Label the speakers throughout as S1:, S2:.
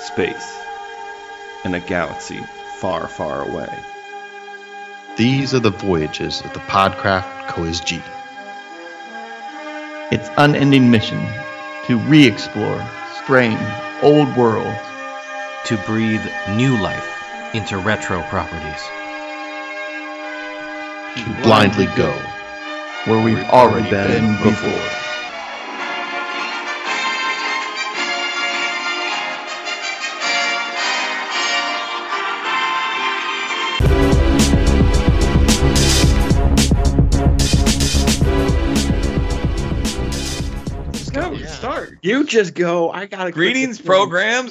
S1: space, in a galaxy far, far away.
S2: These are the voyages of the Podcraft Coes G. Its unending mission to re explore strange old worlds,
S3: to breathe new life into retro properties.
S2: to blindly go where we've already been before.
S4: Go start.
S5: You just go. I gotta. click
S4: Greetings,
S5: the thing.
S4: programs.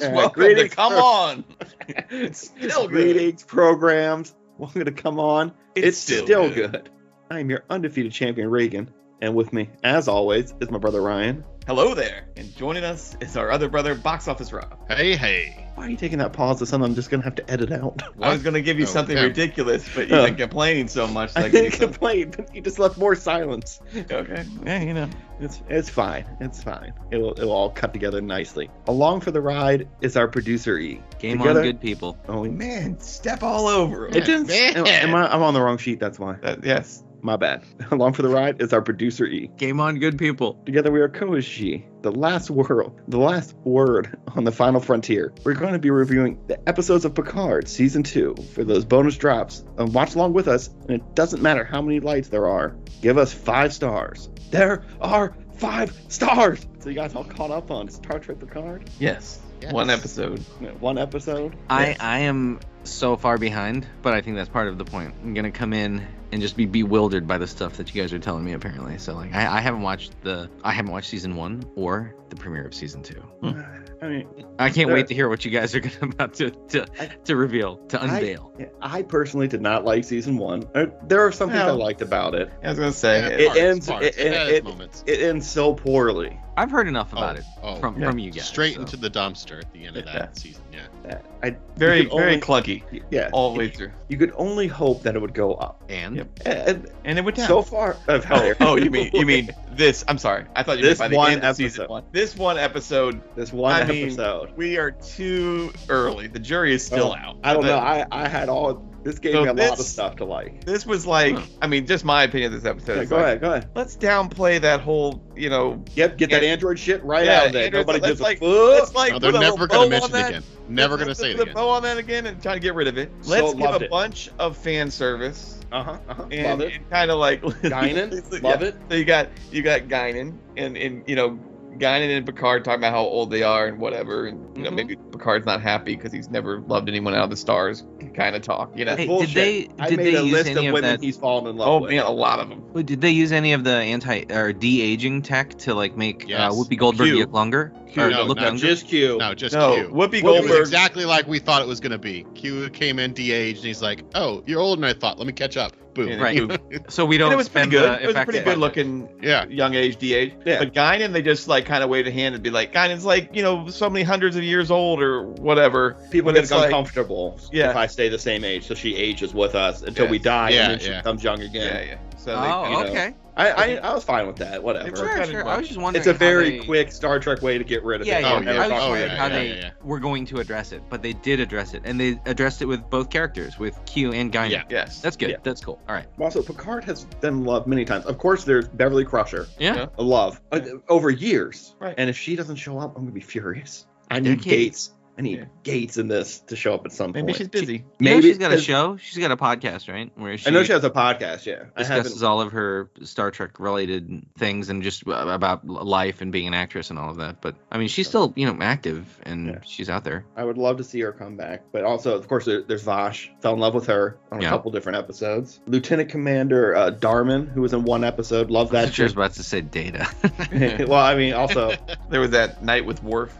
S5: Yeah,
S4: Welcome
S5: greetings,
S4: to Come
S5: pro-
S4: On. It's still good.
S5: Greetings, programs. Welcome to come on. It's, still, good. I am your undefeated champion, Reagan, and with me, as always, is my brother Ryan.
S4: Hello there. And joining us is our other brother, Box Office Rob.
S6: Hey, hey.
S5: Why are you taking that pause to something I'm just gonna have to edit out?
S4: I was going to give you
S6: Oh,
S4: something
S6: yeah.
S4: ridiculous, but you've
S5: Oh.
S4: been complaining so much.
S5: I
S4: Like
S5: didn't complain, but you just left more silence.
S4: Okay. Yeah, you know.
S5: It's it's fine. It's fine. It will it'll all cut together nicely. Along for the ride is our producer E.
S3: Game
S5: Together-
S3: on, good people.
S5: Oh, it
S4: Man, step all over him.
S5: didn't. Am, am I, I'm on the wrong sheet. That's why.
S4: That- yes.
S5: My bad. Along for the ride is our producer E.
S3: Game on, good people.
S5: Together we are Koishi, the last world, the last word on the final frontier. We're going to be reviewing the episodes of Picard season two for those bonus drops. And watch along with us, and it doesn't matter how many lights there are. Give us five stars. There are five stars. So you guys all caught up on Star Trek Picard?
S4: Yes.
S6: Yes.
S4: One episode.
S5: One episode.
S3: I,
S5: Yes.
S3: I am so far behind, but I think that's part of the point. I'm gonna come in and just be bewildered by the stuff that you guys are telling me apparently. So like I, I haven't watched the I haven't watched season one or the premiere of season two.
S5: I mean,
S3: I can't
S5: There-
S3: wait to hear what you guys are gonna about to to,
S5: I-
S3: to reveal, to
S5: I-
S3: unveil.
S5: I personally did not like season one. Uh, There are some things I
S4: No.
S5: liked about it.
S4: I was going to say.
S5: It- ends- it- it- it-
S6: moments.
S5: It ends so poorly.
S3: I've heard enough about
S6: oh,
S3: it
S6: oh,
S3: from
S4: yeah.
S3: from you guys.
S6: straight
S3: so.
S6: into the dumpster at the end of that
S4: Yeah.
S6: season. Yeah.
S5: That- Uh, I
S4: very,
S5: you could
S4: very
S5: only-
S4: clunky.
S5: yeah.
S4: All the way through.
S5: You could only hope that it would go up.
S3: and
S4: Yep.
S5: And
S4: And it went down.
S5: so far, of
S4: Oh,
S5: hell,
S4: oh, you mean you mean this? I'm sorry. I thought you
S5: This
S4: meant by the
S5: one
S4: end of season
S5: episode.
S4: one. This one episode,
S5: this one
S4: I mean-
S5: episode.
S4: we are too early. The jury is still
S5: Oh,
S4: out.
S5: I don't
S4: But
S5: know. I, I had all this gave
S4: So
S5: me a lot of
S4: this-
S5: stuff to like.
S4: this was like, I mean, just my opinion. of This episode.
S5: Yeah,
S4: is
S5: go
S4: like,
S5: ahead, go ahead.
S4: Let's downplay that whole, you know.
S5: Yep, get that
S4: Yeah.
S5: Android shit right
S4: Yeah,
S5: out of there.
S4: Android's-
S5: Nobody
S4: that's
S5: gives
S4: like-
S5: a
S4: Let's
S5: fuck.
S4: like
S6: no,
S4: put
S6: they're
S4: a
S6: never
S4: little
S6: gonna
S4: bow
S6: mention
S4: on
S6: it
S4: that.
S6: again. Never
S4: Let's-
S6: gonna
S4: let's
S6: say it
S4: put a
S6: again.
S4: bow on that again and try to get rid of it.
S5: So
S4: Let's give
S5: loved
S4: a
S5: it.
S4: bunch of fan service
S5: Uh huh. Uh-huh.
S4: and,
S5: Love it.
S4: and kind of like
S5: Guinan,
S4: Yeah.
S5: love it.
S4: So you got you got Guinan and and you know Guinan and Picard talking about how old they are and whatever, and you know
S5: Mhm.
S4: maybe Picard's not happy because he's never loved anyone out of the stars. Kind of talk, you know.
S3: Hey, did
S5: Bullshit.
S3: they
S5: I
S3: did
S5: made
S3: they
S5: a
S3: use
S5: list of
S3: any of
S5: women
S3: that?
S5: he's fallen in love
S4: Oh
S5: with.
S4: man, a lot of them.
S3: Wait, Did they use any of the anti or de aging tech to like make
S6: Yes.
S3: uh, Whoopi Goldberg
S4: Q.
S3: look longer?
S6: Q,
S3: or
S6: no,
S3: look
S6: not
S3: younger?
S5: Just Q.
S6: No, just
S4: No,
S6: Q.
S4: Whoopi
S6: Well, It was
S4: Goldberg.
S6: exactly like we thought it was gonna be. Q came in de-aged, and he's like, "Oh, you're older than I thought. Let me catch up." Boom.
S4: And
S3: Right.
S4: it-
S3: So we don't
S4: and uh, it was pretty
S3: spend
S4: good.
S3: the
S4: It was a pretty
S3: effective
S4: good looking
S6: Yeah.
S4: young age DH.
S5: Yeah.
S4: But Guinan, they just like kind of waved a hand and be like, Guinan's like you know so many hundreds of years old or whatever.
S5: People
S4: But
S5: get
S4: it's like-
S5: uncomfortable
S4: Yeah.
S5: if I stay the same age, so she ages with us until we
S4: Yes.
S5: die,
S6: Yeah,
S5: and then she
S6: yeah.
S5: becomes young
S4: Yeah,
S5: again.
S4: yeah. So
S3: Oh,
S4: they, you know,
S3: okay.
S5: I, I I was fine with that. Whatever.
S4: They were
S3: Sure,
S4: kinda
S3: sure. I
S4: much.
S3: was just wondering.
S5: It's a
S3: how
S5: very
S3: they-
S5: quick Star Trek way to get rid of
S3: Yeah,
S5: it.
S3: yeah.
S6: Oh, yeah.
S3: I was just
S6: Oh,
S3: wondering
S6: yeah,
S3: how
S6: yeah,
S3: they
S6: yeah, yeah.
S3: were going to address it, but they did address it, and they addressed it with both characters, with Q and Guinan.
S6: Yeah.
S4: Yes.
S3: That's good.
S5: Yeah.
S3: That's cool. All right.
S5: Also, Picard has been loved many times. Of course, there's Beverly Crusher,
S3: Yeah.
S4: Yeah.
S5: love uh, over years.
S4: Right.
S5: And if she doesn't show up, I'm gonna be furious. I need
S3: Decades.
S5: Gates. I need
S4: Yeah.
S5: Gates in this to show up at some
S4: maybe
S5: point.
S4: she's busy.
S3: You know
S5: Maybe-
S3: she's got a show. She's got a podcast, right? Where she
S5: I know she has a podcast. Yeah, I
S3: discusses
S5: haven't.
S3: all of her Star Trek related things and just uh, about life and being an actress and all of that. But I mean, she's still you know active and
S5: Yeah.
S3: she's out there.
S5: I would love to see her come back. But also, of course, there, there's Vash. Fell in love with her on a
S3: Yeah.
S5: couple different episodes. Lieutenant Commander uh, Darman, who was in one episode, love
S3: I
S5: that.
S3: was sure I was
S5: chick.
S3: about to say data.
S5: well, I mean, also,
S4: There was that night with Worf.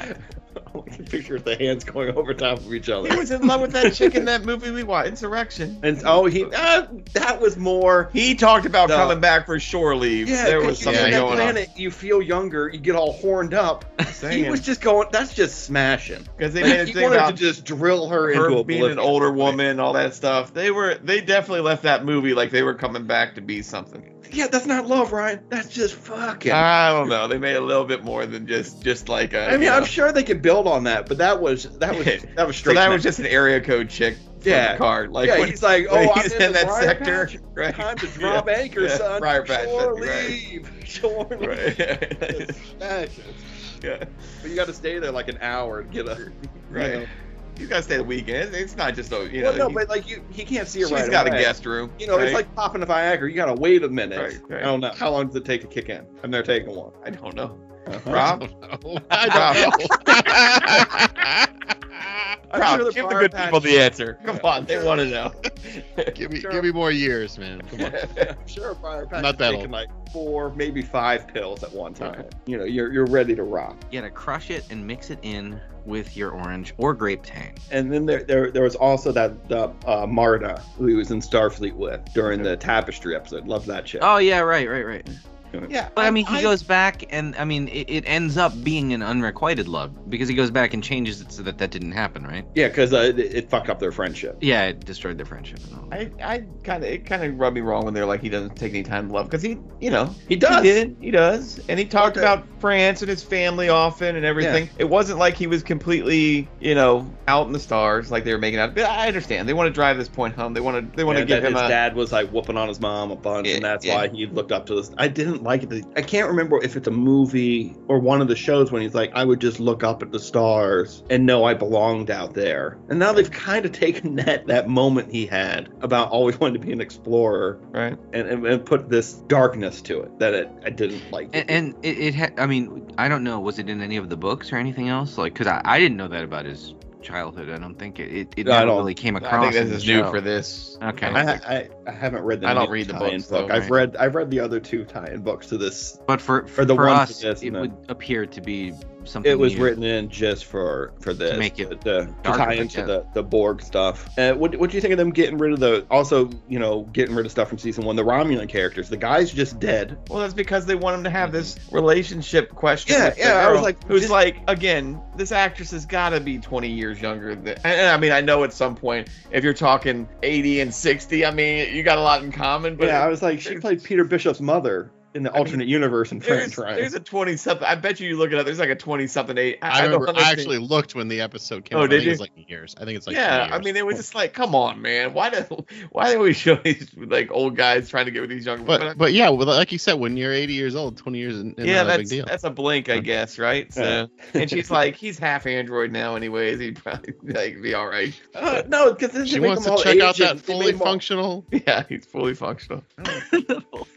S5: I can picture the hands going over top of each other.
S4: He was in love with that chick in that movie we watched, Insurrection.
S5: And oh, he uh, that was more.
S4: He talked about
S5: No.
S4: coming back for shore leave.
S5: Yeah,
S4: there
S5: 'cause
S4: was
S5: you
S4: something
S5: leave that
S4: going on.
S5: planet, You feel younger. You get all horned up. he was just going. That's just smashing.
S4: because they
S5: Like,
S4: made a
S5: he
S4: thing
S5: wanted
S4: about
S5: to just drill her,
S4: her
S5: into a
S4: being an older woman, and all that stuff. They were they definitely left that movie like they were coming back to be something.
S5: Yeah, that's not love, Ryan. That's just fucking.
S4: I don't know. They made a little bit more than just just like a.
S5: I mean,
S4: you
S5: I'm
S4: know,
S5: sure they could build bailed on that, but that was that was that was
S4: So
S5: straight.
S4: that
S5: mess.
S4: was just an area code chick for
S5: Yeah.
S4: the card. Like
S5: yeah,
S4: when-
S5: he's like, oh,
S4: when
S5: I'm
S4: he's
S5: in, that sector.
S4: right?
S5: Time to drop anchor,
S4: Yeah,
S5: son.
S4: briar patch,
S5: Shore
S4: that'd be right.
S5: leave. Shore leave.
S4: Right. yeah.
S5: But you got to stay there like an hour to get up.
S4: Right.
S5: You know?
S4: You gotta stay the weekend. It's not just a you
S5: well,
S4: know.
S5: no, but like you, he can't see
S4: he,
S5: it
S4: has
S5: right
S4: got
S5: away.
S4: a guest room.
S5: You know,
S4: right?
S5: it's like popping a Viagra. You gotta wait a minute.
S4: Right, right.
S5: I don't know. How long does it take to kick in? I've never taken one.
S4: I don't know.
S6: I
S4: Rob,
S6: don't know. I don't Oh, know.
S5: I'm sure
S4: Rob, give the
S5: bar
S4: good
S5: patch-
S4: people the answer. Come on, they want to know.
S6: give me give me more years, man. Come on.
S5: I'm sure a prior patch
S6: Not
S5: is
S6: that
S5: taking
S6: old.
S5: like four, maybe five pills at one time.
S6: Okay.
S5: You know, you're you're ready to rock.
S3: You gotta crush it and mix it in with your orange or grape tang.
S5: And then there there, there was also that the uh, Marta who he was in Starfleet with during the tapestry episode. Love that shit.
S3: Oh yeah, right, right, right.
S4: yeah.
S3: But I mean, he goes back, and I mean, it, it ends up being an unrequited love because he goes back and changes it so that that didn't happen, right?
S5: Yeah, because uh, it, it fucked up their friendship.
S3: Yeah, it destroyed their friendship. And all that.
S4: I, I kind of it kind of rubbed me wrong when they're like he doesn't take any time to love because he you know
S5: He does.
S4: he did he does and he talked
S5: Okay.
S4: about France and his family often and everything. It wasn't like he was completely you know out in the stars like they were making out. But I understand they want to drive this point home. They want to they want to
S5: And
S4: give
S5: that
S4: him
S5: his
S4: a
S5: dad was like whooping on his mom a bunch,
S4: Yeah,
S5: and that's
S4: yeah.
S5: why he looked up to this. I didn't like it. I can't remember if it's a movie or one of the shows when he's like, I would just look up at the stars and know I belonged out there. And now they've kind of taken that that moment he had about always wanting to be an explorer
S4: right.
S5: and, and, and put this darkness to it that it, I didn't like.
S3: And, and it, it had, I mean, I don't know, was it in any of the books or anything else? Like, because I, I didn't know that about his childhood. I don't think it, it, it
S5: No, I
S3: never
S5: don't-
S3: really came across.
S4: I think
S3: in
S4: this
S3: the
S4: is new
S3: show.
S4: for this.
S3: Okay.
S5: I, ha- I, I haven't read the
S4: I don't
S5: new
S4: read the
S5: tie-in
S4: books,
S5: book.
S4: though,
S5: I've
S4: right.
S5: read I've read the other two tie-in books to this.
S3: But for
S5: For the
S3: for
S5: one for
S3: us,
S5: this,
S3: it
S5: no.
S3: would appear to be something.
S5: It was
S3: new.
S5: written in just for for this
S3: make it
S5: the, the to
S3: darker,
S5: tie into
S3: yeah.
S5: the the Borg stuff. Uh, what what do you think of them getting rid of the also you know getting rid of stuff from season one? The Romulan characters, the guy's just dead.
S4: Well, that's because they want him to have this relationship question.
S5: Yeah,
S4: with the
S5: yeah, I was
S4: girl,
S5: like,
S4: who's
S5: just-
S4: like, again, this actress has got to be 20 years younger than. And, and I mean, I know at some point, if you're talking 80 and 60, I mean, you got a lot in common. But
S5: But yeah, I was like, she played Peter Bishop's mother in the
S4: mean,
S5: alternate universe in
S4: there's,
S5: French,
S4: there's
S5: right?
S4: a 20 something. I bet you you look it up. There's like a 20 something eight.
S6: I,
S4: don't
S6: remember. I
S4: understand.
S6: actually looked when the episode came.
S4: Oh,
S6: out. I
S4: did
S6: think It's
S4: you?
S6: like years. I think it's like.
S4: yeah,
S6: 20
S4: I
S6: years.
S4: mean, it was just like, come on, man, why do why do we show these like old guys trying to get with these younger?
S6: But but yeah, well, like you said, when you're 80 years old, 20 years, is not
S4: yeah,
S6: a
S4: that's
S6: big deal.
S4: that's a blink, I guess, right? So,
S5: Yeah.
S4: and she's like, he's half android now, anyways. He'd probably like be all right.
S5: Uh, no, because
S6: She wants to check out that fully functional.
S4: Yeah, he's fully functional.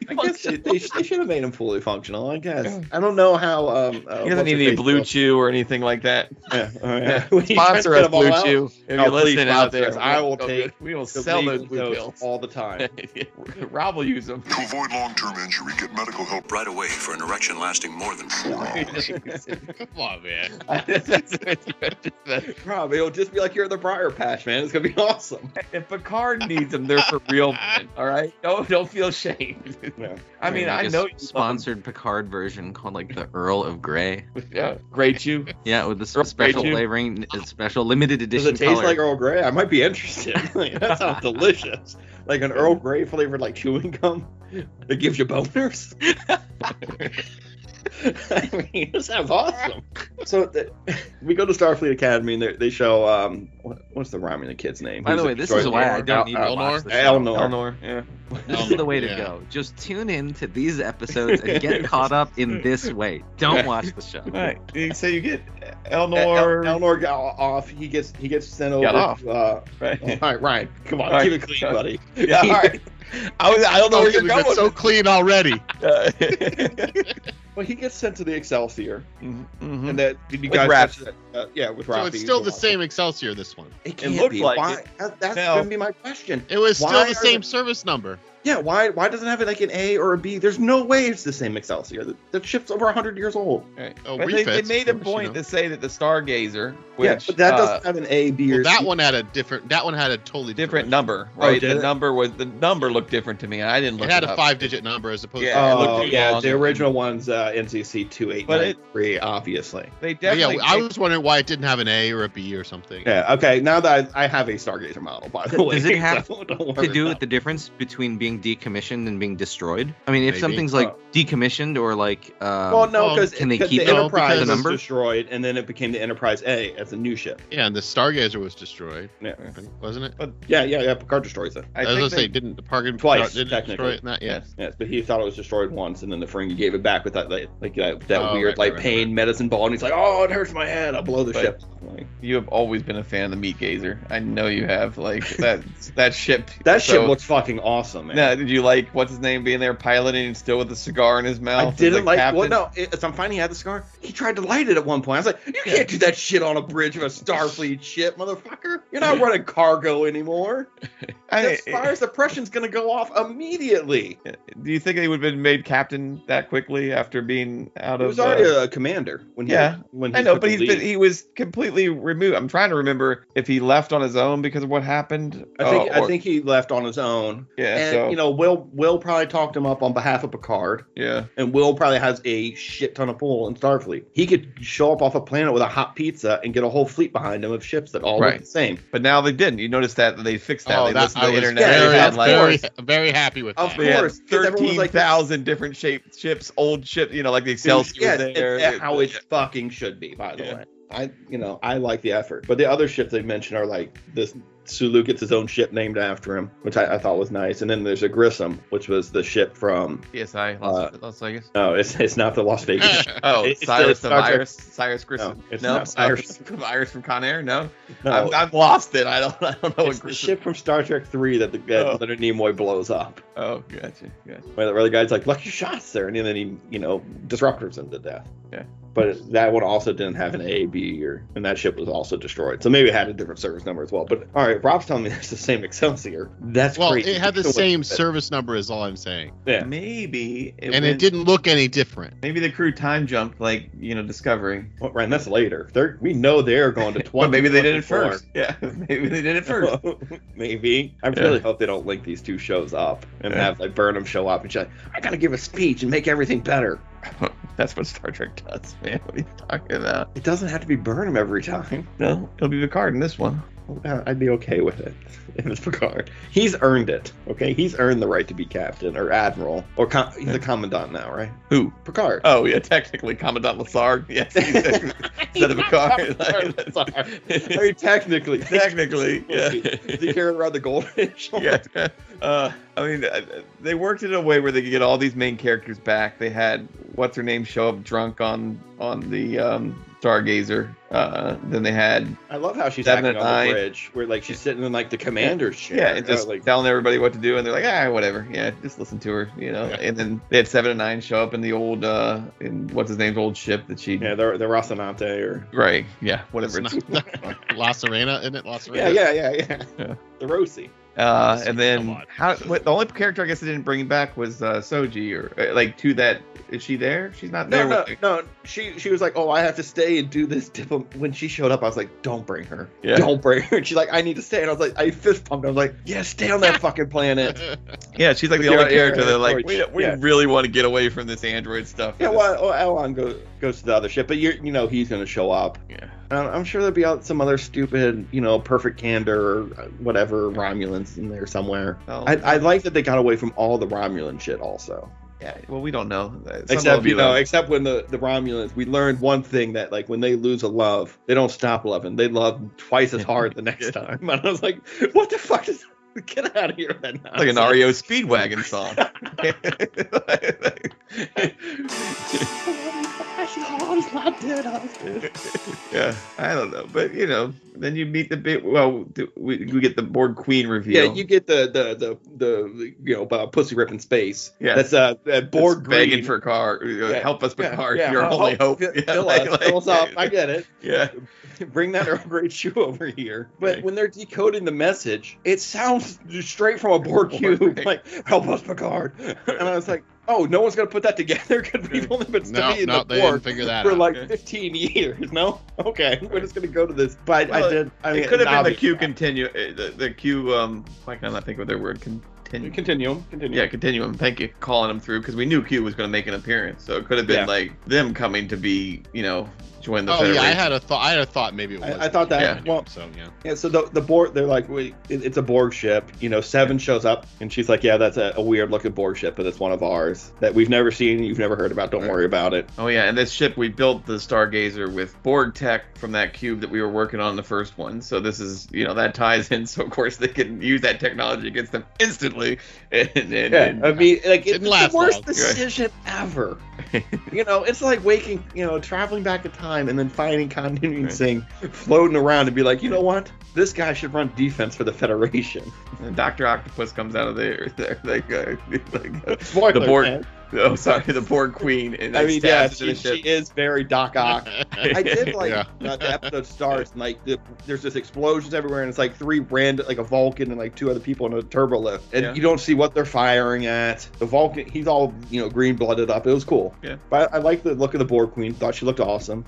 S5: I guess they, they sh- they should have made him fully functional. I guess I don't know how. Um, uh,
S4: he doesn't
S5: what's
S4: need
S5: her
S4: any
S5: face
S4: blue
S5: was.
S4: chew or anything like that.
S5: Yeah, all
S4: Yeah.
S5: right. When you try to
S4: Sponsor
S5: get
S4: us,
S5: them all
S4: Blue
S5: out,
S4: Chew. If
S5: No,
S4: you're
S5: please
S4: listening out
S5: sponsor us.
S4: there,
S5: I will take
S4: We will
S5: the
S4: sell those
S5: legal
S4: blue
S5: dose
S4: pills.
S5: all the time.
S4: Rob will use them.
S7: To avoid long-term injury, get medical help
S8: right away for an erection lasting more than four hours.
S3: Oh,
S6: Come on, man.
S4: if
S5: Rob, it'll just be like you're in the Briar Patch, man. It's gonna be awesome.
S4: Picard needs them, they're for real men. All right, don't don't feel shamed.
S5: Yeah.
S4: I mean, I
S3: Like a
S4: know
S3: s- sponsored Picard version called like the Earl of Grey.
S4: Yeah, great chew.
S3: Yeah, with the
S4: Earl
S3: s-
S4: Grey
S3: special
S4: Chew.
S3: flavoring, uh, special limited
S5: Does
S3: edition.
S5: it taste
S3: color.
S5: like Earl Grey? I might be interested. Like, that sounds delicious. Like an Earl Grey flavored like chewing gum that gives you boners. I mean, this sounds awesome. So the, we go to Starfleet Academy and they- they show um what, what's the Romulan kid's name?
S3: By the
S5: Who's
S3: way,
S5: it?
S3: this
S5: Troy-
S3: is why I don't need to
S6: Eleanor?
S3: watch the show.
S5: Eleanor.
S4: Eleanor. Yeah.
S3: This is the way to
S6: Yeah.
S3: go. Just tune in to these episodes and get caught up in this way. Don't watch the show.
S4: Right. You say you get
S5: E-, Eleanor.
S4: Elnor.
S5: Elnor got off. He gets he gets sent over.
S4: Got
S5: to,
S4: off.
S5: uh, all
S4: right.
S5: right, Ryan, come on,
S4: All right.
S5: keep it clean, buddy.
S4: Yeah. All right. I was. I don't know
S6: Oh,
S4: where
S6: we've
S4: you're
S6: been
S4: going.
S6: so clean already.
S4: Uh,
S5: Well, he gets sent to the Excelsior,
S4: mhm.
S5: and that did you
S4: With
S5: guys catch
S4: Raffi.
S5: that? Uh, yeah, with Rafi.
S6: so it's still the same Excelsior this one.
S5: It,
S4: It
S5: can't
S4: looked
S5: be.
S4: like
S5: why?
S4: it.
S5: That, that's
S4: No.
S5: gonna be my question.
S6: It was still
S5: Why
S6: the
S5: are
S6: same
S5: the-
S6: service number.
S5: Yeah, why? Why doesn't it have like an A or a B? There's no way it's the same Excelsior. The, the ship's over 100 years old.
S4: Right.
S6: Oh,
S4: But they, they
S6: refits,
S4: made
S6: of
S4: a
S6: course, you
S4: point
S6: know.
S4: to say that the Stargazer, which
S5: yeah, but that
S4: uh,
S5: doesn't have an A, B,
S6: Well,
S5: or
S6: that
S5: C.
S6: one had a different. That one had a totally
S4: different
S6: different.
S4: number, right?
S5: did
S4: the
S5: it?
S4: number was the number looked different to me, and I didn't
S6: Oh,
S4: look
S6: It had
S4: it
S6: a
S4: up.
S6: five-digit number as opposed
S4: Yeah, it
S6: to.
S5: Oh,
S4: looked
S5: yeah,
S4: long.
S5: the original one's uh, NCC 2893, obviously.
S4: They
S6: But
S4: definitely.
S6: yeah, I was wondering why it didn't have an A or a B or something.
S5: Yeah, okay. Now that I, I have a Stargazer model, by the way.
S3: Does it have
S5: so don't worry
S3: To do
S5: about
S3: with the difference between being being decommissioned and being destroyed? I mean, if
S6: Maybe.
S3: something's like decommissioned or like um,
S5: well, no,
S6: um,
S5: because
S3: can they keep
S5: the
S3: it?
S6: No,
S5: Enterprise
S6: because
S5: was
S3: the number?
S5: destroyed, and then it became the Enterprise A as a new ship.
S6: Yeah, and the Stargazer was destroyed,
S5: Yeah,
S6: I think, wasn't it?
S5: yeah, yeah. yeah Picard destroys it.
S6: I,
S4: I,
S6: was
S4: think
S6: gonna
S4: they,
S6: say, didn't the Pargan
S5: Twice,
S6: didn't destroy
S5: technically.
S6: it? Not yet.
S5: Yes, yes, but he thought it was destroyed once, and then the Ferengi gave it back with that like, like that, that
S6: Oh,
S5: weird
S6: right,
S5: like
S6: right, right,
S5: pain medicine ball, and he's like, "Oh, it hurts my head. I'll blow the
S4: Right.
S5: ship." Like,
S4: you have always been a fan of the meat gazer. I know you have. Like that that ship.
S5: that
S4: so-
S5: ship looks fucking awesome, man.
S4: Now, did you like what's his name being there piloting and still with a cigar in his mouth?
S5: I
S4: as
S5: didn't
S4: a
S5: like.
S4: captain?
S5: Well, no, it, as I'm finding out the scar, he tried to light it at one point. I was like, "You can't do that shit on a bridge of a Starfleet ship, motherfucker! You're not running cargo anymore.
S4: I, eh,
S5: that fire's suppression's gonna go off immediately."
S4: do you think they would have been made captain that quickly after being out
S5: He
S4: of?
S5: was
S4: uh,
S5: already a commander when he
S4: Yeah.
S5: when he
S4: I know,
S5: took
S4: but
S5: the
S4: he's been,
S5: lead.
S4: he was completely removed. I'm trying to remember if he left on his own because of what happened.
S5: I think
S4: uh, or-
S5: I think he left on his own.
S4: Yeah.
S5: And
S4: so
S5: you know, Will Will probably talked him up on behalf of Picard,
S4: yeah.
S5: and Will probably has a shit ton of pull in Starfleet. He could show up off a planet with a hot pizza and get a whole fleet behind him of ships that all look
S4: Right.
S5: the same.
S4: But now they didn't. You noticed that they fixed that.
S6: Oh,
S4: they
S6: that,
S4: listened
S6: I
S4: to the
S6: was
S4: internet.
S5: Yeah,
S4: they
S6: very,
S5: yeah,
S4: had
S5: of
S4: like
S6: very, very happy with
S5: Of
S6: that.
S4: They had
S5: course, 'cause everyone was like-
S4: 13,000 different shaped ships, old ships, you know, like the Excelsior
S5: yes,
S4: was
S5: it's
S4: there.
S5: how it fucking should be, by the
S4: Yeah.
S5: way. I you know, I like the effort. But the other ships they mentioned are like this Sulu gets his own ship named after him, which I, I thought was nice. And then there's a Grissom, which was the ship from
S4: PSI, Las, Las Vegas.
S5: no, it's it's not the Las Vegas.
S4: Oh,
S5: Uh, It's the
S4: Cyrus the
S5: Star Trek-
S4: Virus. Cyrus Grissom.
S5: No, it's
S4: no,
S5: not Cyrus.
S4: Oh, Virus from Con Air? No.
S5: No,
S4: I've, I've lost it. I don't, I don't know
S5: it's
S4: what
S5: the
S4: Grissom
S5: ship from Star Trek Three that the that
S4: Oh.
S5: Leonard Nimoy blows up.
S4: Oh, gotcha. gotcha.
S5: Where the, where the guy's like, "Lucky shots there," and then he, you know, disruptors him to death.
S4: Yeah.
S5: But that one also didn't have an A, B, or and that ship was also destroyed. So maybe it had a different service number as well. But all right, Rob's telling me that's the same Excelsior. That's
S6: well,
S5: crazy.
S6: it had the
S5: So what-
S6: same service number, is all I'm saying,
S5: Yeah.
S4: Maybe. It
S6: and it
S4: went-
S6: didn't look any different.
S4: Maybe the crew time jumped, like, you know, Discovery.
S5: Well, right, and that's later. They're, we know they're going to twenty.
S4: Well, maybe they did it
S5: 24.
S4: first. Yeah, maybe they did it first.
S5: maybe. I really hope they don't link these two shows up and
S4: Yeah.
S5: have like Burnham show up and she's like, "I gotta give a speech and make everything better."
S4: That's what Star Trek does, man. What are you talking about?
S5: It doesn't have to be Burnham every time.
S4: No, it'll be Picard in this one.
S5: Uh, I'd be okay with it if it's Picard. He's earned it. Okay, he's earned the right to be captain or admiral or com- he's a commandant now, right?
S4: Who?
S5: Picard.
S4: Oh yeah, technically Commandant Lassard. Yes, instead of Picard.
S5: I mean, technically,
S4: technically,
S5: Does
S4: yeah.
S5: he carry around the goldfish?
S4: yeah. Uh, I mean, uh, they worked it in a way where they could get all these main characters back. They had what's her name show up drunk on on the um, Stargazer. Uh, then they had
S5: I love how she's
S4: Seven
S5: acting
S4: and
S5: on the
S4: nine.
S5: bridge, where like she's sitting in like the commander's chair.
S4: yeah, and just
S5: Uh, like
S4: telling everybody what to do, and they're like, ah, whatever. Yeah, just listen to her, you know.
S6: Yeah.
S4: And then they had seven and nine show up in the old uh, in what's his name's old ship that she.
S5: yeah, the the Rocinante or
S4: Right. Yeah. Whatever.
S6: It's
S4: it's-
S6: not, La Serena, isn't it? La
S5: yeah,
S6: Serena.
S5: yeah, yeah, yeah,
S4: Yeah.
S5: the Rosie.
S4: Uh,
S6: That's
S4: and
S6: a
S4: then
S6: lot.
S4: how? What, the only character I guess they didn't bring back was uh, Soji, or uh, like to that. Is she there? She's not
S5: No,
S4: there.
S5: no,
S4: with-
S5: no. She she was like, "Oh, I have to stay and do this." Diplom-. When she showed up, I was like, "Don't bring her!
S4: Yeah.
S5: Don't bring her!" And she's like, "I need to stay." And I was like, "I fist pumped." I was like, "Yeah, stay on that fucking planet."
S4: Yeah, she's like the
S5: Yeah,
S4: only
S5: yeah,
S4: character.
S5: yeah,
S4: They're
S5: of
S4: like,
S5: course.
S4: we, we
S5: Yeah.
S4: really want to get away from this android stuff.
S5: yeah, well, oh, Elon goes goes to the other ship, but you you know he's gonna show up.
S4: Yeah.
S5: Um, I'm sure there'll be out some other stupid, you know, perfect candor, or whatever Romulans in there somewhere.
S4: Oh.
S5: I, I like that they got away from all the Romulan shit, also.
S4: yeah, well, we don't know. Some
S5: except
S4: of you
S5: you know,
S4: don't.
S5: except when the the Romulans, we learned one thing that like when they lose a love, they don't stop loving. They love twice as hard the next time. And I was like, what the fuck is? Get out of here! with That
S4: It's like an
S5: nonsense.
S4: REO Speedwagon song. yeah, I don't know, but you know, then you meet the bit. Well, do- we, we get the Borg Queen
S5: Yeah,
S4: reveal.
S5: you get the the the the you know about pussy rip in space.
S4: Yes.
S5: that's uh that
S4: That's
S5: Borg
S4: begging
S5: green.
S4: for a car. uh,
S5: Yeah,
S4: Help us,
S5: Yeah,
S4: Picard.
S5: yeah,
S4: Your
S5: uh,
S4: only
S5: oh,
S4: hope.
S5: fill-
S4: Yeah,
S5: fill
S4: like-
S5: us,
S4: like-
S5: fill us up. I get it.
S4: Yeah.
S5: Bring that Earl Grey shoe over here. But
S4: Right.
S5: when they're decoding the message, it sounds straight from a Borg cube,
S4: Right.
S5: like "Help us, Picard." And I was like, "Oh, no one's gonna put that together because we've only been
S6: No,
S5: studying
S6: no,
S5: the
S6: they didn't
S5: Borg
S6: figure that
S5: for
S6: out.
S5: like 15 years." No, okay, we're just gonna go to this. But I
S4: Well,
S5: did. I mean,
S4: it could have been the
S5: obviously-
S4: Q continue. uh, The, the Q. Um, why can't I think of their word? Continue.
S5: Continuum. Continuum.
S4: Yeah, continuum. Thank you, calling them through because we knew Q was going to make an appearance, so it could have been
S5: Yeah.
S4: like them coming to be, you know, join the
S6: Oh yeah,
S4: Federation.
S6: I had a thought. I had a thought maybe it
S5: I-
S6: was.
S5: I thought that-
S6: Canadian,
S5: well-
S6: so yeah.
S5: Yeah, so the, the Borg, they're like, we, it, it's a Borg ship. You know, Seven shows up, and she's like, yeah, that's a, a weird looking Borg ship, but it's one of ours that we've never seen, you've never heard about. Don't
S4: Right.
S5: worry about it.
S4: Oh yeah, and this ship we built the Stargazer with Borg tech from that cube that we were working on the first one. So this is you know that ties in. So of course they can use that technology against them instantly. And, and,
S5: Yeah,
S4: and-
S5: I mean, like, it's
S6: Didn't
S5: the
S6: last
S5: worst
S6: long.
S5: decision ever. you know, it's like waking, you know, traveling back in time and then finding continuity and
S4: Right.
S5: saying, floating around and be like, you know what? This guy should run defense for the Federation.
S4: and Doctor Octopus comes out of there. there like, uh, like uh,
S5: Spoiler,
S4: the Borg.
S5: man.
S4: Oh, sorry, the Borg Queen. And
S5: I
S4: then
S5: mean, yeah,
S4: stabs
S5: she,
S4: into the
S5: she
S4: ship.
S5: is very Doc Ock. I did like
S6: Yeah.
S5: uh, the episode starts and like the, there's just explosions everywhere and it's like three random like a Vulcan and like two other people in a turbo lift and
S4: Yeah.
S5: you don't see what they're firing at. The Vulcan he's all you know green blooded up. It was cool.
S4: Yeah.
S5: But I, I like the look of the Borg Queen. Thought she looked awesome.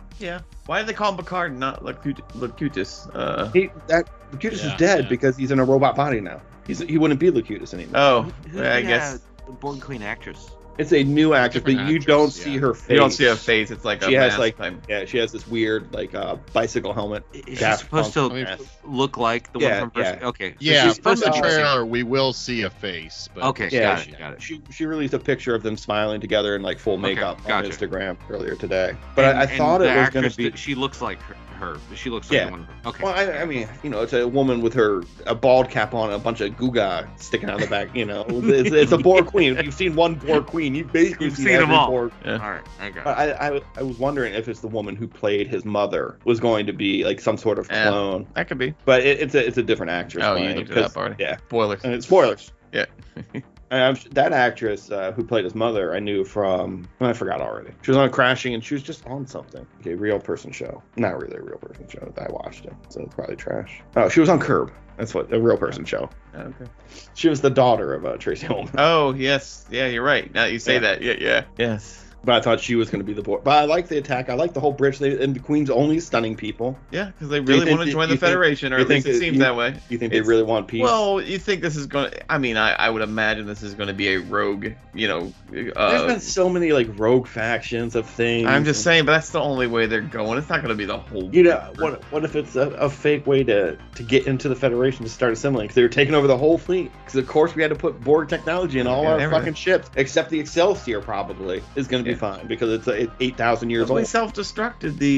S4: Why did they call him Picard, and not Lacut- Lacutus? Uh,
S5: He that Locutus
S6: Yeah,
S5: is dead
S6: yeah.
S5: because he's in a robot body now. He's he wouldn't be Locutus anymore.
S4: oh,
S9: Who's
S4: yeah, I
S9: the,
S4: guess
S9: uh, the Borg Queen actress?
S5: it's a new actress, but you
S6: Different actress,
S5: don't see
S6: yeah.
S5: her face.
S4: you don't see a face. It's like a
S5: She has,
S4: mask
S5: like-
S4: type.
S5: Yeah, she has this weird like uh, bicycle helmet.
S9: I- Is
S5: Daft
S9: she supposed
S6: I
S9: to
S6: mean,
S3: Look like the
S5: Yeah,
S3: one from first.
S5: yeah.
S3: Okay. so
S6: yeah.
S3: she's
S6: From
S3: supposed
S6: the
S3: to be the same.
S6: trailer, we will see a face. But
S3: Okay.
S5: Yeah,
S3: got it. Got it.
S5: She she released a picture of them smiling together in like full
S3: Okay,
S5: makeup
S3: gotcha.
S5: on Instagram earlier today. But
S3: And-
S5: I, I
S3: and
S5: thought
S3: the
S5: it was going
S3: actress
S5: to be.
S3: that- She looks like her. her. She looks like
S5: Yeah.
S3: the one. Okay.
S5: Well, I, I mean, you know, it's a woman with her a bald cap on, and a bunch of guga sticking out of the back. You know, it's, it's a boar queen. If you've seen one boar queen, you basically
S3: You've
S5: see
S3: seen 'em
S5: every
S3: all.
S5: boar-
S3: All right. I got.
S5: But I, I I was wondering if it's the woman who played his mother was going to be like some sort of
S4: Yeah.
S5: clone,
S4: That could be.
S5: but it, it's a it's a different actress.
S4: Oh, you
S5: playing it
S4: looked it up
S5: 'cause-
S4: already.
S5: Yeah,
S4: Spoilers.
S5: and it's spoilers.
S4: Yeah.
S5: And I'm, that actress uh, who played his mother, I knew from oh, I forgot already. She was on Crashing, and she was just on something. Okay, real person show, not really a real person show. I watched it, so it's probably trash. Oh, she was on Curb. That's what a real person show.
S4: Oh, Okay.
S5: She was the daughter of uh, Tracy Ullman.
S4: Oh yes, yeah, you're right. Now that you say
S5: Yeah.
S4: that, yeah, yeah, yes,
S5: But I thought she was going to be the boy. But I like the attack. I like the whole bridge. They, and the Queen's only stunning people.
S4: yeah, because they
S5: Do you
S4: really
S5: think
S4: want
S5: that-
S4: to join
S5: you
S4: the
S5: think-
S4: Federation, or
S5: you
S4: at least
S5: think
S4: it
S5: that
S4: seems
S5: you-
S4: that way.
S5: Do you think they
S4: It's-
S5: really want peace?
S4: Well, you think this is going to? I mean, I, I would imagine this is going to be a rogue, you know.
S5: There's
S4: Uh,
S5: been so many like rogue factions of things.
S4: I'm just
S5: and-
S4: saying, but that's the only way they're going. It's not going to be the whole.
S5: You know, what, what if it's a, a fake way to, to get into the Federation to start assimilating? Because they were taking over the whole fleet. Because, of course, we had to put Borg technology in all
S4: Yeah,
S5: our
S4: everything.
S5: fucking ships, except the Excelsior, probably, is going to
S4: Yeah.
S5: be fine because it's, uh, it's 8,000 years
S4: we
S5: old.
S4: self-destructed the.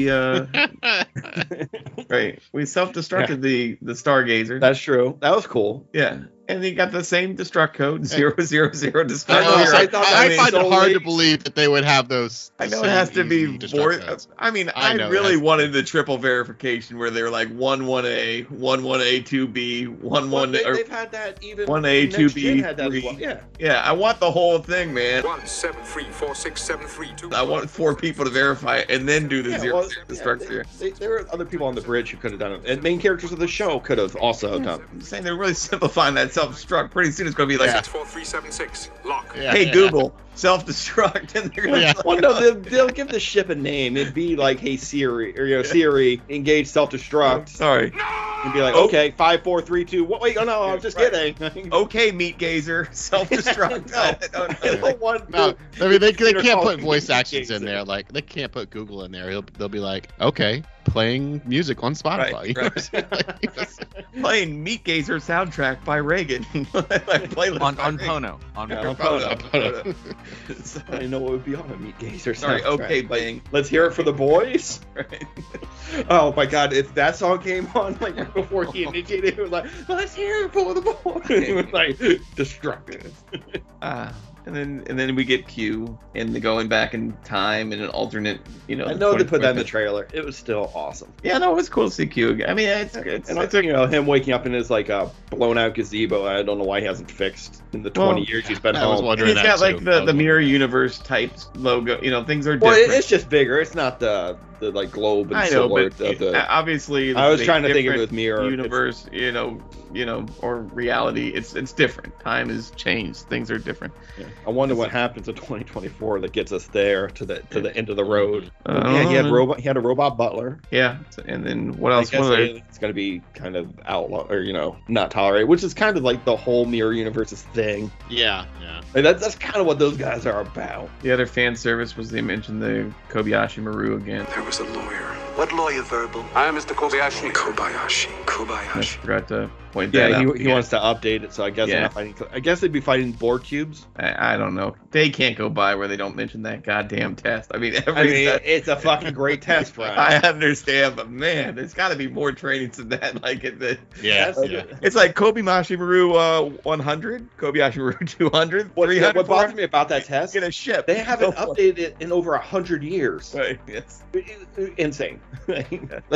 S4: Uh, right, we self-destructed the the Stargazer.
S5: That's true. That was cool.
S4: yeah, and they got the same destruct code zero zero zero destruct.
S6: I,
S5: I know,
S4: zero.
S5: I thought
S6: I
S5: that
S6: find
S5: was
S6: it hard
S5: only-
S6: to believe that they would have those.
S4: I know it
S6: same
S4: has to be
S6: easy destruct
S4: more.
S6: codes.
S4: I mean,
S6: I
S4: I,
S6: know it
S4: really
S6: has to
S4: wanted the triple verification where they were like one one A, one one A two B, one
S5: Well,
S4: one.
S5: they,
S4: or-
S5: have had that even.
S4: 1A,
S5: the next
S4: 2B,
S5: gen had that as
S4: 3.
S5: well. Yeah.
S4: Yeah, I want the whole thing, man.
S8: One seven three four six seven three two.
S4: I want four people to verify it and then do the
S5: Yeah,
S4: zero
S5: well,
S4: zero
S5: yeah,
S4: destruct zero.
S5: they- they- there were other people on the bridge who could have done it, and main characters of the show could have also done.
S4: I'm saying they're really simplifying that self-destruct. Pretty soon it's going to be like,
S8: Six four three seven six. Lock.
S6: Yeah,
S4: hey
S6: yeah.
S4: Google, self-destruct, and they're going
S6: Yeah.
S4: to
S5: Well, no, they'll, they'll give the ship a name. It'd be like, "Hey Siri," or you know, "Siri, engage self-destruct."
S4: sorry.
S5: and be like, okay, five, four, three, two. What? Wait, oh no, I'm just
S4: Right.
S5: kidding.
S4: Okay, meat gazer, self-destruct.
S5: Oh. No.
S4: I don't know.
S5: One,
S6: No,
S5: two.
S6: I mean they, they
S5: Computer
S6: can't
S5: calling
S6: put voice
S5: me
S6: actions in
S5: Jason.
S6: there. Like they can't put Google in there. He'll, they'll be like, okay, playing music on Spotify.
S4: Right,
S6: You know what I'm saying?
S4: right.
S6: Like, that's-
S4: Playing meat gazer soundtrack by Reagan. like playlist
S3: on
S4: by
S3: on
S4: Reagan.
S3: Pono. On
S5: Yeah,
S4: Pono,
S5: on
S4: Pono.
S5: I
S4: Sorry,
S5: didn't know what would be on a meat gazer.
S4: Sorry,
S5: soundtrack.
S4: okay, bang.
S5: Let's hear it for the boys.
S4: Right.
S5: Oh my god, if that song came on like right before he initiated, it was like, let's hear it for the boys. It was like destructive.
S4: Ah, and then and then we get Q and the going back in time and an alternate, you know.
S5: I know they
S4: point-
S5: put that in the
S4: point-
S5: trailer. It was still awesome.
S4: Yeah, no, it was cool to see Q again. I mean, it's it's,
S5: And I
S4: it's
S5: took you know him waking up in his like uh, blown out gazebo. I don't know why he hasn't fixed in the
S4: Well,
S5: twenty years he's been
S6: I was
S5: home.
S4: and
S6: wondering
S4: he's
S6: that
S4: got like
S6: too.
S4: the,
S6: I
S4: the
S6: was
S4: mirror
S6: wondering
S4: universe types logo. You know, things are
S5: Well,
S4: different.
S5: it, it's just bigger. It's not the the like globe and
S4: I know,
S5: silver.
S4: but
S5: of the,
S4: uh, obviously,
S5: I was
S4: the
S5: trying to think of it
S4: different
S5: with mirror.
S4: universe. You know, you know, or reality. It's it's different. Time has changed. Things are different.
S5: Yeah. I wonder what happens in 2024 that gets us there to the to the end of the road.
S4: Uh,
S5: yeah, he had robot. He had a robot butler.
S4: Yeah, so- and then what
S5: I
S4: else?
S5: guess
S4: One other-
S5: it's going to be kind of outlaw or you know not tolerate, which is kind of like the whole mirror universe's thing.
S6: Yeah, yeah.
S5: Like that's that's kind of what those guys are about.
S4: the other fan service was they mentioned the Kobayashi Maru again.
S9: There was a lawyer. What lawyer, verbal?
S8: I am Mr. Kobayashi.
S9: Kobayashi.
S4: I
S9: Kobayashi.
S4: forgot to point that
S5: Yeah,
S4: out.
S5: he, he wants to update it, so I guess they're
S4: Yeah.
S5: not fighting. I guess they'd be fighting board cubes.
S4: I, I don't know. They can't go by where they don't mention that goddamn test. I mean, every
S5: I mean,
S4: se-
S5: it's a fucking great test, Brian.
S4: I understand, but man, there's got to be more trainings than that. Like it, the,
S6: Yeah,
S5: That's-
S6: yeah.
S4: it's like Kobe Maru uh 100, Kobayashi Maru 200,
S5: what,
S4: 300.
S5: what bothers
S4: 400.
S5: me about that test?
S4: Get a ship. Oh,
S5: They haven't
S4: Go for
S5: updated it in over a hundred years.
S4: it. Right, yes.
S5: It- it- Insane. like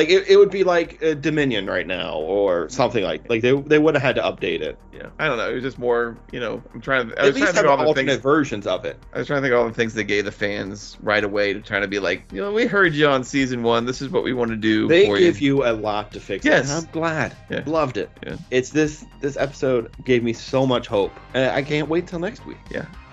S5: it, it would be like uh, Dominion right now or something like. Like they they would have had to update it.
S4: Yeah, I don't know. It was just more, you know. I'm trying to. I
S5: At
S4: was
S5: least
S4: trying to
S5: have
S4: think of all the
S5: alternate
S4: things.
S5: versions of it.
S4: I was trying to think of all the things they gave the fans right away to try to be like, you know, we heard you on season one. This is what we want to do.
S5: They
S4: for
S5: give
S4: you.
S5: you a lot to fix.
S4: Yes.
S5: and I'm glad.
S4: Yeah.
S5: Loved it.
S4: Yeah.
S5: It's this this episode gave me so much hope. And I can't wait till next week.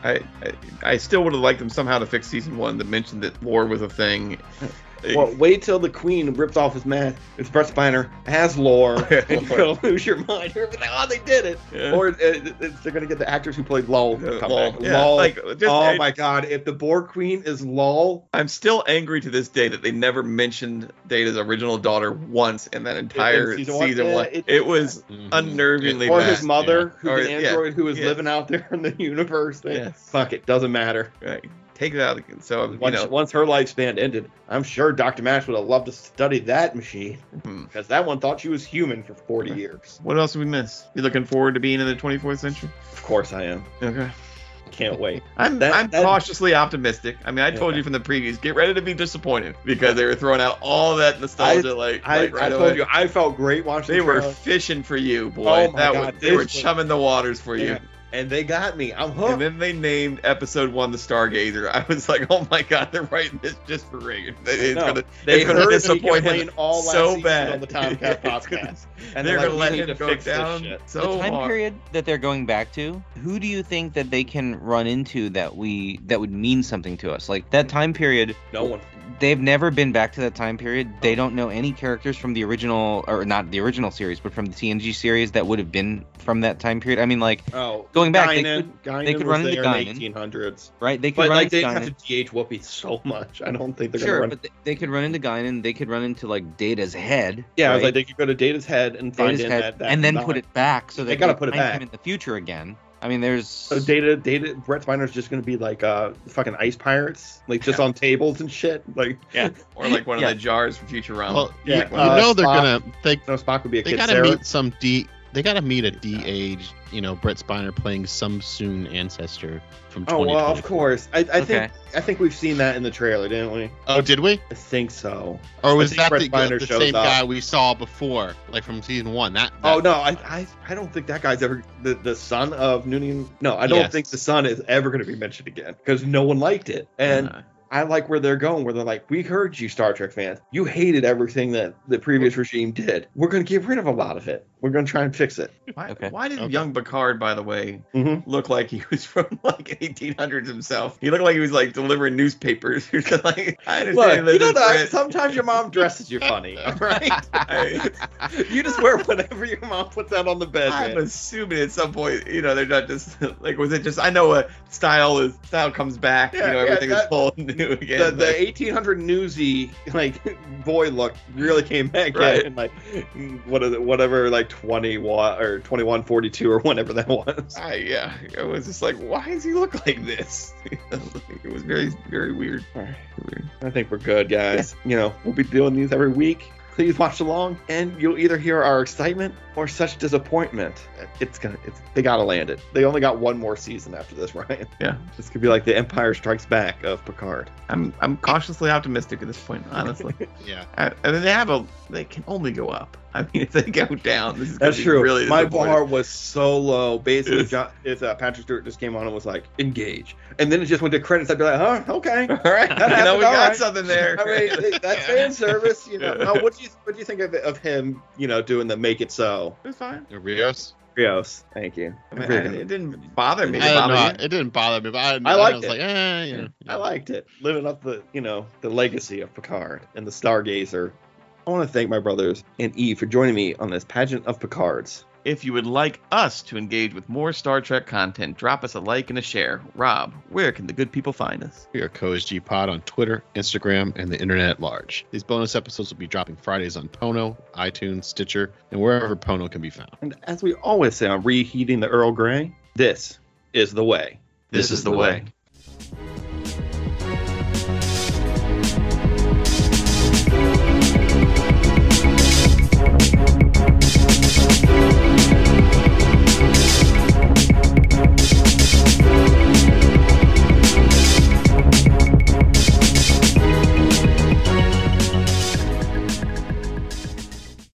S4: I, I, I still would have liked them somehow to fix season one that mentioned that lore was a thing.
S5: Well, wait till the queen rips off his mask. It's Brett Spiner as lore. and you're gonna lose your mind. You're gonna be like, oh, they did it.
S4: Yeah.
S5: Or uh, it's- they're gonna get the actors who played LOL. to
S4: Uh,
S5: come
S4: lol.
S5: back.
S4: Yeah,
S5: LOL.
S4: like, just-
S5: oh
S4: I-
S5: my god! If the boar queen is LOL,
S4: I'm still angry to this day that they never mentioned Data's original daughter once in that entire
S5: season
S4: season
S5: one?
S4: one.
S5: Yeah, it-
S4: it, was
S6: Mhm.
S4: unnervingly
S5: or
S4: bad.
S5: his mother,
S4: yeah.
S5: who's
S4: Or-
S5: an
S4: yeah,
S5: android who is
S4: yeah.
S5: living out there in the universe, they-
S4: Yes.
S5: fuck it, doesn't matter.
S4: Right. Take it out again. So you
S5: Once,
S4: know,
S5: once her lifespan ended, I'm sure Dr. Mash would have loved to study that machine
S4: Hmm.
S5: because that one thought she was human for 40 years.
S4: what else did we miss? You looking forward to being in the 24th century?
S5: Of course, I am.
S4: Okay.
S5: Can't wait.
S4: I'm
S5: That-
S4: I'm
S5: that-
S4: cautiously optimistic. I mean, I told
S5: Yeah.
S4: you from the previews, get ready to be disappointed because they were throwing out all that nostalgia like,
S5: I,
S4: like, right
S5: I told
S4: away.
S5: you, I felt great watching
S4: They
S5: the
S4: were
S5: trailer,
S4: fishing for you, boy.
S5: Oh my
S4: that
S5: God,
S4: was, they were
S5: this was-
S4: chumming the waters for you.
S5: Yeah. and they got me. I'm hooked.
S4: And then they named episode one the Stargazer. I was like, oh my god, they're writing this just for Reagan. It's
S5: No,
S4: gonna,
S5: they
S4: it's gonna
S5: heard me
S4: disappoint him
S5: complain all last
S4: so
S5: season
S4: bad
S5: on the Tomcat
S4: It's gonna-
S5: podcast.
S4: they're
S5: And they're
S4: gonna
S5: like,
S4: let
S5: we need
S4: him
S5: to
S4: go
S5: fix this
S4: down
S5: shit.
S3: the
S4: so
S3: time
S4: hard.
S3: period that they're going back to who do you think that they can run into that we that would mean something to us like that time period
S5: no one.
S3: they've never been back to that time period they don't know any characters from the original or not the original series but from the tng series that would have been from that time period i mean like
S5: Oh,
S3: Going back, they
S5: Guinan, Guinan
S3: they could
S5: was
S3: run into
S5: there
S3: Guinan.
S5: in the 1800s.
S3: right they could
S5: But
S3: run
S5: like
S3: into
S5: they have
S3: Guinan.
S5: to DH Whoopi so much. I don't think they're
S3: sure
S5: gonna run.
S3: but they, they could run into Guinan. they could run into like data's head
S5: Yeah, I was
S3: right?
S5: like they could go to Data's head and find
S3: Data's
S5: in
S3: head,
S5: that, that
S3: and then
S5: design.
S3: put it back so
S5: They
S3: that
S5: gotta put it
S3: find him
S5: back.
S3: in the future again i mean there's
S5: So Data, Data, Brett Spiner's just gonna be like uh fucking ice pirates, like just on tables and shit. Like
S4: Or like one
S3: Yeah.
S4: of the jars from Futurama.
S6: Well, you-
S5: Yeah,
S6: you,
S5: uh,
S6: know they're
S5: Spock-
S6: gonna they
S5: no Spock would be a
S6: they
S5: kid.
S6: gotta
S5: Sarah.
S6: meet some d they gotta meet a d age you know Brett Spiner playing some soon ancestor from
S5: oh well, of
S6: 2024.
S5: course. I, I
S3: Okay.
S5: think I think we've seen that in the trailer, didn't we?
S6: Oh, did we?
S5: I think so.
S6: Or was
S5: think
S6: that
S5: Brett
S6: the,
S5: Spiner
S6: the
S5: shows
S6: same
S5: up.
S6: guy we saw before, like from season one? That, that
S5: Oh no, I, I I don't think that guy's ever the, the son of Noonan. No, I don't
S6: Yes.
S5: think the son is ever going to be mentioned again because no one liked it. And
S6: Uh-huh.
S4: Uh,
S5: I like where they're going, where they're like, we heard you, Star Trek fans. You hated everything that the previous regime did. We're going to get rid of a lot of it. We're going to try and fix it.
S4: why,
S3: Okay.
S4: why did
S6: Okay.
S4: young Picard, by the way,
S5: Mhm.
S4: look like he was from like 1800s himself? He looked like he was like delivering newspapers. like I
S5: Look,
S4: understand
S5: you
S4: that
S5: know,
S4: it's
S5: that
S4: Brett.
S5: sometimes your mom dresses you funny, all right?
S4: I-
S5: you just wear whatever your mom puts out on the bed.
S4: I'm
S5: man.
S4: assuming at some point, you know, they're not just like was it just I know what style is style comes back,
S5: Yeah,
S4: you know,
S5: yeah,
S4: everything is
S5: that-
S4: whole new again.
S5: The, the
S4: but-
S5: 1800 newsy like boy look really came back
S4: Right.
S5: in, and like what is it, whatever like 20 watt or 2142 or whatever that was.
S4: I, Ah, yeah, I was just like, why does he look like this? it was very, very weird. weird.
S5: I think we're good, guys. You know, we'll be doing these every week. Please watch along, and you'll either hear our excitement or such disappointment. It's gonna, it's, they gotta land it. They only got one more season after this, Ryan.
S4: Yeah.
S5: this could be like the Empire Strikes Back of Picard.
S4: I'm, I'm cautiously optimistic at this point, honestly.
S6: yeah.
S4: I, I mean, they have a, they can only go up. I mean, if they go down, this is gonna
S5: That's
S4: be
S5: true.
S4: Really
S5: My
S4: disappointing.
S5: bar was so low. Basically,
S4: Yes.
S5: John, if uh, Patrick Stewart just came on and was like, "Engage," and then it just went to credits, I'd be like, "Huh, okay."
S4: All right, you know,
S5: happened,
S4: we
S5: all
S4: got
S5: right.
S4: something there.
S5: I mean, that's fan service, you know.
S4: Yeah.
S5: Now, what do you what do you think of, of him, you know, doing the "Make It So"?
S4: it's fine.
S6: Rios.
S5: Grios.
S4: Thank you. I mean, I-
S5: Very good.
S4: it didn't bother me.
S6: I
S4: It
S6: did
S4: bothered
S6: not.
S4: you?
S6: It didn't bother me, but I,
S5: I liked
S6: was
S5: it.
S6: like, eh, you know.
S5: I liked it. Living up the, you know, the legacy of Picard and the Stargazer. I want to thank my brothers and E for joining me on this pageant of Picards.
S4: If you would like us to engage with more Star Trek content, drop us a like and a share. Rob, where can the good people find us?
S6: We are CoSG Pod on Twitter, Instagram, and the internet at large. These bonus episodes will be dropping Fridays on Pono, iTunes, Stitcher, and wherever Pono can be found.
S5: And as we always say on Reheating the Earl Grey, this is the way.
S4: This is the way.
S5: way.